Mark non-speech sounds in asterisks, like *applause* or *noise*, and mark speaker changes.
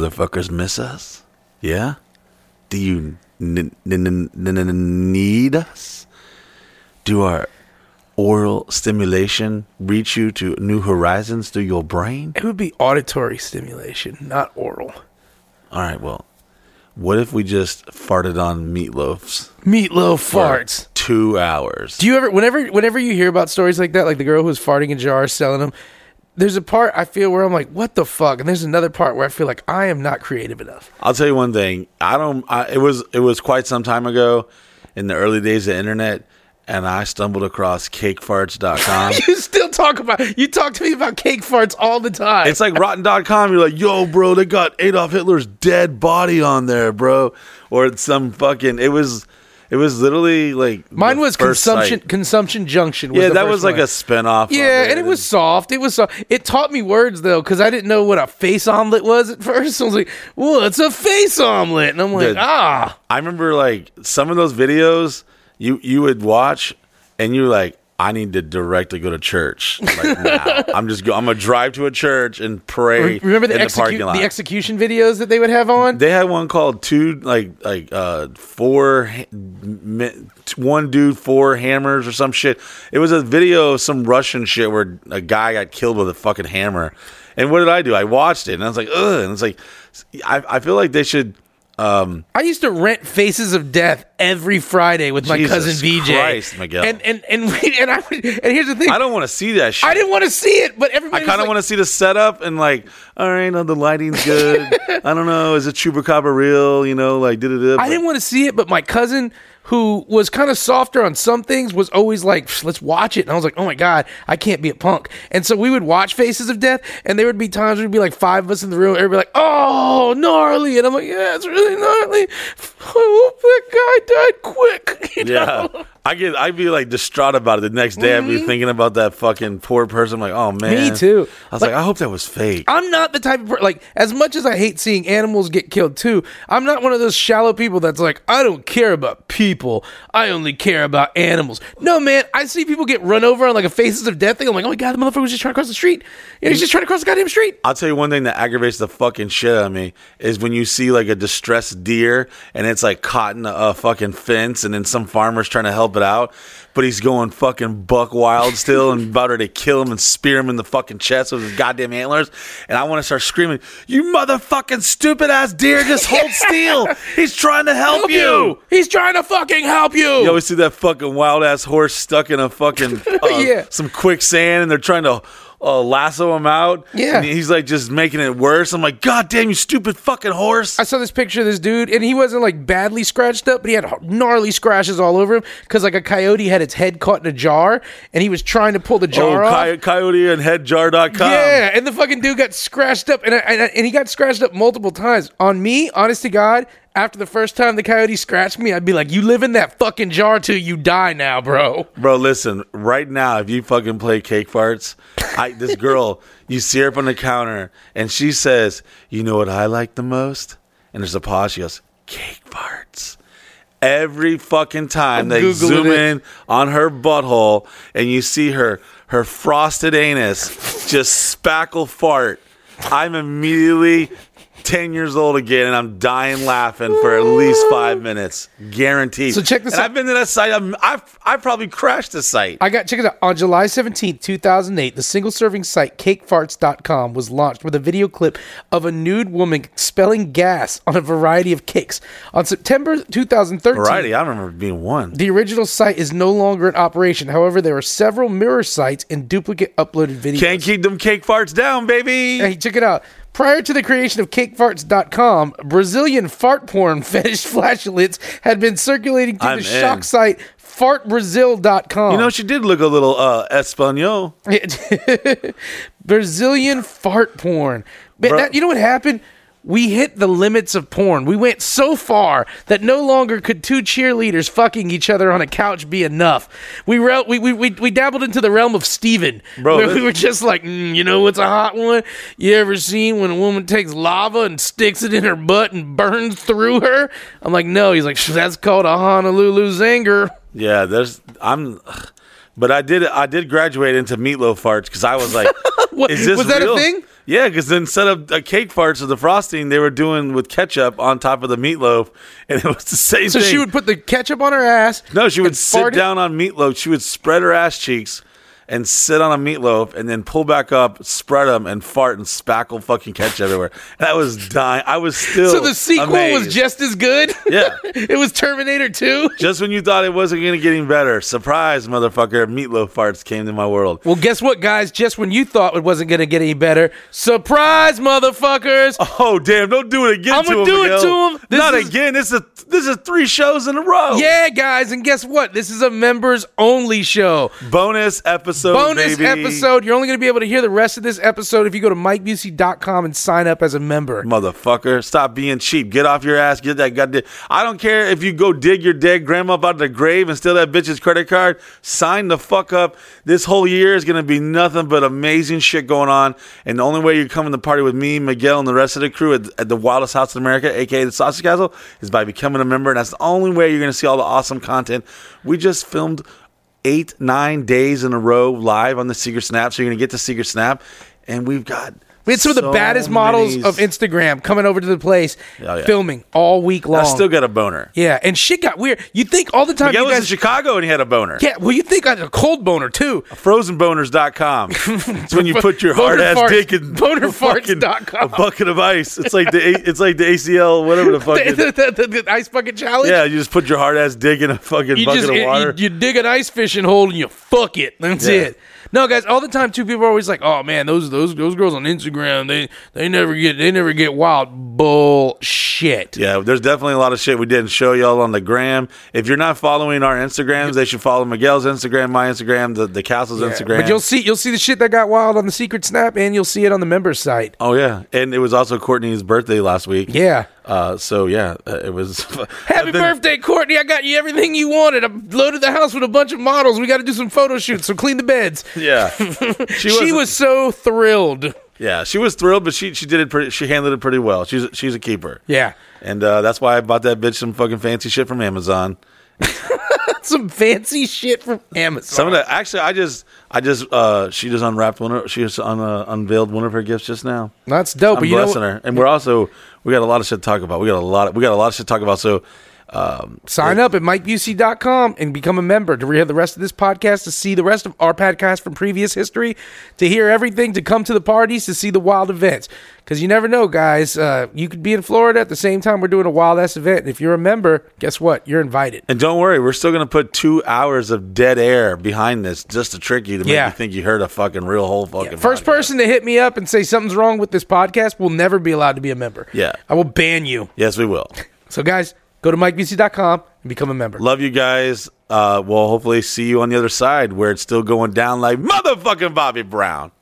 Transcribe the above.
Speaker 1: motherfuckers miss us? Yeah? Do you n- n- n- n- n- need us? Do our oral stimulation reach you to new horizons through your brain?
Speaker 2: It would be auditory stimulation, not oral.
Speaker 1: All right, well, what if we just farted on meatloafs
Speaker 2: Meatloaf
Speaker 1: for
Speaker 2: farts.
Speaker 1: two hours?
Speaker 2: Do you ever, whenever, whenever you hear about stories like that, like the girl who was farting in jars selling them, there's a part I feel where I'm like, what the fuck? And there's another part where I feel like I am not creative enough.
Speaker 1: I'll tell you one thing. I don't. I, it was it was quite some time ago, in the early days of the internet, and I stumbled across cakefarts.com.
Speaker 2: *laughs* You still talk about, you talk to me about cake farts all the time.
Speaker 1: It's like rotten.com. You're like, yo, bro, they got Adolf Hitler's dead body on there, bro. Or it's some fucking. It was. It was literally like
Speaker 2: Mine
Speaker 1: the
Speaker 2: was
Speaker 1: first
Speaker 2: consumption
Speaker 1: site.
Speaker 2: consumption junction. Was
Speaker 1: Yeah,
Speaker 2: the
Speaker 1: that
Speaker 2: first
Speaker 1: was like
Speaker 2: one.
Speaker 1: a Oh, spinoff. of
Speaker 2: Yeah, and it was soft. It was soft. It taught me words though, because I didn't know what a face omelet was at first. *laughs* I was like, "What's a face omelet?" And I'm like,
Speaker 1: Dude.
Speaker 2: "Ah,
Speaker 1: I remember like some of those videos you you would watch, and you were like, I need to directly go to church. Like *laughs* now, I'm just go, I'm gonna drive to a church and pray.
Speaker 2: remember the,
Speaker 1: in the
Speaker 2: execu-
Speaker 1: parking
Speaker 2: the,
Speaker 1: lot.
Speaker 2: execution videos that they would have on?"
Speaker 1: they had one called two like like uh four ha- mi- one dude four hammers or some shit. It was a video of some Russian shit where a guy got killed with a fucking hammer. And what did I do? I watched it and I was like, ugh. And it's like, I, I feel like they should. Um,
Speaker 2: I used to rent Faces of Death every Friday with my
Speaker 1: Jesus
Speaker 2: cousin VJ.
Speaker 1: Christ, Miguel.
Speaker 2: And and and we, and I would, and here's the thing:
Speaker 1: I
Speaker 2: I,
Speaker 1: don't want to see that shit.
Speaker 2: didn't want to see it, but
Speaker 1: I
Speaker 2: everybody
Speaker 1: kind of
Speaker 2: was like,
Speaker 1: want to see the setup and like, all right, no, the lighting's
Speaker 2: *laughs*
Speaker 1: good. I don't know, is it Chupacabra real? You know, like, did it?
Speaker 2: I didn't want to see it, but my cousin, who was kind of softer on some things, was always like, "Psh, "Let's watch it," and I was like, "Oh my god, I can't be a punk." And so we would watch Faces of Death, and there would be times we'd be like five of us in the room, everybody like, "Oh, gnarly," and I'm like, "Yeah, it's really gnarly." *laughs* I hope that guy died quick. *laughs* you
Speaker 1: Yeah,
Speaker 2: know?
Speaker 1: I get. I'd be like distraught about it the next day. I'd be thinking about that fucking poor person. like, oh man,
Speaker 2: too.
Speaker 1: I was like, I hope that was fake.
Speaker 2: I'm not the type of per- like as much as I hate seeing animals get killed too. I'm not one of those shallow people that's like I don't care about people. I only care about animals. No man, I see people get run over on like a faces of death thing. I'm like, oh my god, the motherfucker was just trying to cross the street. You know, he's just trying to cross the goddamn street.
Speaker 1: I'll tell you one thing that aggravates the fucking shit out of me is when you see like a distressed deer and it's like caught in a, a fucking fence and then some farmer's trying to help it out, but he's going fucking buck wild still and about ready to kill him and spear him in the fucking chest with his goddamn antlers. And I want to start screaming, You motherfucking stupid ass deer, just hold still. He's trying to help, you.
Speaker 2: He's trying to fucking help you.
Speaker 1: You always see that fucking wild ass horse stuck in a fucking uh,
Speaker 2: *laughs* Yeah.
Speaker 1: some quicksand, and they're trying to uh, lasso him out.
Speaker 2: Yeah.
Speaker 1: and he's like just making it worse. I'm like, God damn, you stupid fucking horse!
Speaker 2: I saw this picture of this dude, and he wasn't like badly scratched up, but he had gnarly scratches all over him because like a coyote had its head caught in a jar, and he was trying to pull the jar
Speaker 1: oh,
Speaker 2: off.
Speaker 1: coy- coyote and headjar.com.
Speaker 2: Yeah, and the fucking dude got scratched up, and I, and, I- and he got scratched up multiple times. On me, honest to God, after the first time the coyote scratched me, I'd be like, "You live in that fucking jar till you die, now, bro."
Speaker 1: Bro, listen, right now, if you fucking play cake farts, I, this
Speaker 2: *laughs*
Speaker 1: girl, you see her up on the counter and she says, You know what I like the most? And there's a pause. She goes, Cake farts. Every fucking time they
Speaker 2: Googling
Speaker 1: zoom
Speaker 2: it.
Speaker 1: in on her butthole and you see her, her frosted anus just spackle fart, I'm immediately 10 years old again and I'm dying laughing for at least five minutes. Guaranteed.
Speaker 2: So check this
Speaker 1: And
Speaker 2: out.
Speaker 1: I've been to that site. I'm, I've, I've probably crashed the site.
Speaker 2: I got check it out. On July 17, 2008, the single serving site cakefarts.com was launched with a video clip of a nude woman spelling gas on a variety of cakes. On September 2013,
Speaker 1: Variety. I remember being one.
Speaker 2: the original site is no longer in operation. However, there are several mirror sites and duplicate uploaded videos.
Speaker 1: Can't keep them cake farts down, baby.
Speaker 2: Hey, check it out. Prior to the creation of cakefarts.com, Brazilian fart porn *laughs* fetish flashlights had been circulating through
Speaker 1: I'm
Speaker 2: the
Speaker 1: in.
Speaker 2: shock site fartbrazil.com.
Speaker 1: You know, she did look a little uh, Espanol.
Speaker 2: *laughs* Brazilian fart porn. But
Speaker 1: Bro-
Speaker 2: that, you know what happened? We hit the limits of porn. We went so far that no longer could two cheerleaders fucking each other on a couch be enough. We re- we, we, we we dabbled into the realm of Steven.
Speaker 1: Bro,
Speaker 2: where
Speaker 1: this-
Speaker 2: we were just like, mm, you know what's a hot one? You ever seen when a woman takes lava and sticks it in her butt and burns through her? I'm like, no. He's like, that's called a Honolulu zinger.
Speaker 1: Yeah, there's. I'm. ugh. But I did. I did graduate into meatloaf farts because I was like,
Speaker 2: *laughs* What-
Speaker 1: "Is this
Speaker 2: was that a
Speaker 1: real?"
Speaker 2: thing?
Speaker 1: Yeah, because instead of uh, cake farts or the frosting, they were doing with ketchup on top of the meatloaf, and it was the same
Speaker 2: *laughs* So
Speaker 1: thing.
Speaker 2: she would put the ketchup on her ass.
Speaker 1: no, she would
Speaker 2: and
Speaker 1: sit
Speaker 2: fart it-
Speaker 1: down on meatloaf. She would spread her ass cheeks and sit on a meatloaf, and then pull back up, spread them, and fart and spackle fucking ketchup everywhere. And I was dying. I was still
Speaker 2: So the sequel was
Speaker 1: amazed.
Speaker 2: just as *laughs* good.
Speaker 1: *laughs* Yeah.
Speaker 2: it was Terminator 2.
Speaker 1: Just when you thought it wasn't going to get any better, surprise, motherfucker! Meatloaf farts came to my world.
Speaker 2: Well, guess what, guys? Just when you thought it wasn't going to get any better, surprise, motherfuckers!
Speaker 1: Oh damn! Don't do it again.
Speaker 2: I'm
Speaker 1: to
Speaker 2: gonna
Speaker 1: him,
Speaker 2: do it
Speaker 1: Miguel.
Speaker 2: to him. This
Speaker 1: Not
Speaker 2: is-
Speaker 1: again. This is this is three shows in a row.
Speaker 2: Yeah, guys, and guess what? This is a members only show.
Speaker 1: Bonus episode.
Speaker 2: Bonus
Speaker 1: Oh, baby.
Speaker 2: episode. You're only going to be able to hear the rest of this episode if you go to MikeBusey.com and sign up as a member.
Speaker 1: Motherfucker, stop being cheap. Get off your ass. Get that goddamn. I don't care if you go dig your dead grandma up out of the grave and steal that bitch's credit card. Sign the fuck up. This whole year is going to be nothing but amazing shit going on. And the only way you're coming to party with me, Miguel, and the rest of the crew at, at the wildest house in America, aka the Sausage Castle, is by becoming a member. And that's the only way you're going to see all the awesome content. We just filmed eight, nine days in a row live on the Secret Snap. So you're going to get to Secret Snap. And we've got.
Speaker 2: We had some of the
Speaker 1: so
Speaker 2: baddest models
Speaker 1: many
Speaker 2: of Instagram coming over to the place,
Speaker 1: Oh, yeah.
Speaker 2: filming all week long.
Speaker 1: I still got a boner.
Speaker 2: yeah, and shit got weird. You think all the time
Speaker 1: Miguel
Speaker 2: you
Speaker 1: was in
Speaker 2: guys.
Speaker 1: Chicago and he had a boner.
Speaker 2: yeah, well, you think I had a cold boner too. *laughs*
Speaker 1: Frozenboners.com. It's when you
Speaker 2: Bo-
Speaker 1: put your hard
Speaker 2: boner
Speaker 1: ass
Speaker 2: farts.
Speaker 1: dick in
Speaker 2: Boner
Speaker 1: a fucking-
Speaker 2: farts.com.
Speaker 1: a bucket of ice. It's like the A- it's like the ACL, whatever the fuck.
Speaker 2: *laughs* The,
Speaker 1: it is.
Speaker 2: the- the- the- the ice bucket challenge.
Speaker 1: Yeah, you just put your hard ass dick in a fucking
Speaker 2: you
Speaker 1: bucket
Speaker 2: just
Speaker 1: of water.
Speaker 2: You, you dig an ice fishing hole and you fuck it. That's
Speaker 1: Yeah.
Speaker 2: it. No, guys, all the time too. People are always like, "Oh man, those those those girls on Instagram they they never get they never get wild." Bullshit.
Speaker 1: yeah, there's definitely a lot of shit we didn't show y'all on the gram. If you're not following our Instagrams, they should follow Miguel's Instagram, my Instagram, the, the castle's Instagram.
Speaker 2: But you'll see you'll see the shit that got wild on the secret snap, and you'll see it on the member site.
Speaker 1: oh yeah, and it was also Courtney's birthday last week.
Speaker 2: Yeah.
Speaker 1: Uh, so yeah, uh, it was. *laughs*
Speaker 2: Happy birthday, Courtney! I got you everything you wanted. I loaded the house with a bunch of models. We got to do some photo shoots, so clean the beds. *laughs*
Speaker 1: Yeah, she,
Speaker 2: she
Speaker 1: wasn't-
Speaker 2: was so thrilled.
Speaker 1: Yeah, she was thrilled, but she she did it pretty. She handled it pretty well. She's she's a keeper.
Speaker 2: Yeah.
Speaker 1: and uh, that's why I bought that bitch some fucking fancy shit from Amazon.
Speaker 2: Some fancy shit from Amazon.
Speaker 1: Some of the actually, I just I just uh, she just unwrapped one. Of, she just un, uh, unveiled one of her gifts just now.
Speaker 2: That's dope.
Speaker 1: I'm
Speaker 2: but you know,
Speaker 1: blessing her, and we're also we got a lot of shit to talk about. We got a lot we got a lot of shit to talk about. So um,
Speaker 2: Sign up at MikeBusey.com and become a member to hear the rest of this podcast, to see the rest of our podcast from previous history, to hear everything, to come to the parties, to see the wild events. Because you never know, guys. Uh, you could be in Florida at the same time we're doing a wild ass event. And if you're a member, guess what? You're invited.
Speaker 1: and don't worry, we're still gonna put two hours of dead air behind this just to trick you to make
Speaker 2: Yeah.
Speaker 1: you think you heard a fucking real whole fucking
Speaker 2: First
Speaker 1: podcast.
Speaker 2: person to hit me up and say something's wrong with this podcast will never be allowed to be a member.
Speaker 1: Yeah.
Speaker 2: I will ban you.
Speaker 1: Yes, we will.
Speaker 2: So, guys, go to MikeBusey.com and become a member.
Speaker 1: Love you guys. Uh, we'll hopefully see you on the other side where it's still going down like motherfucking Bobby Brown.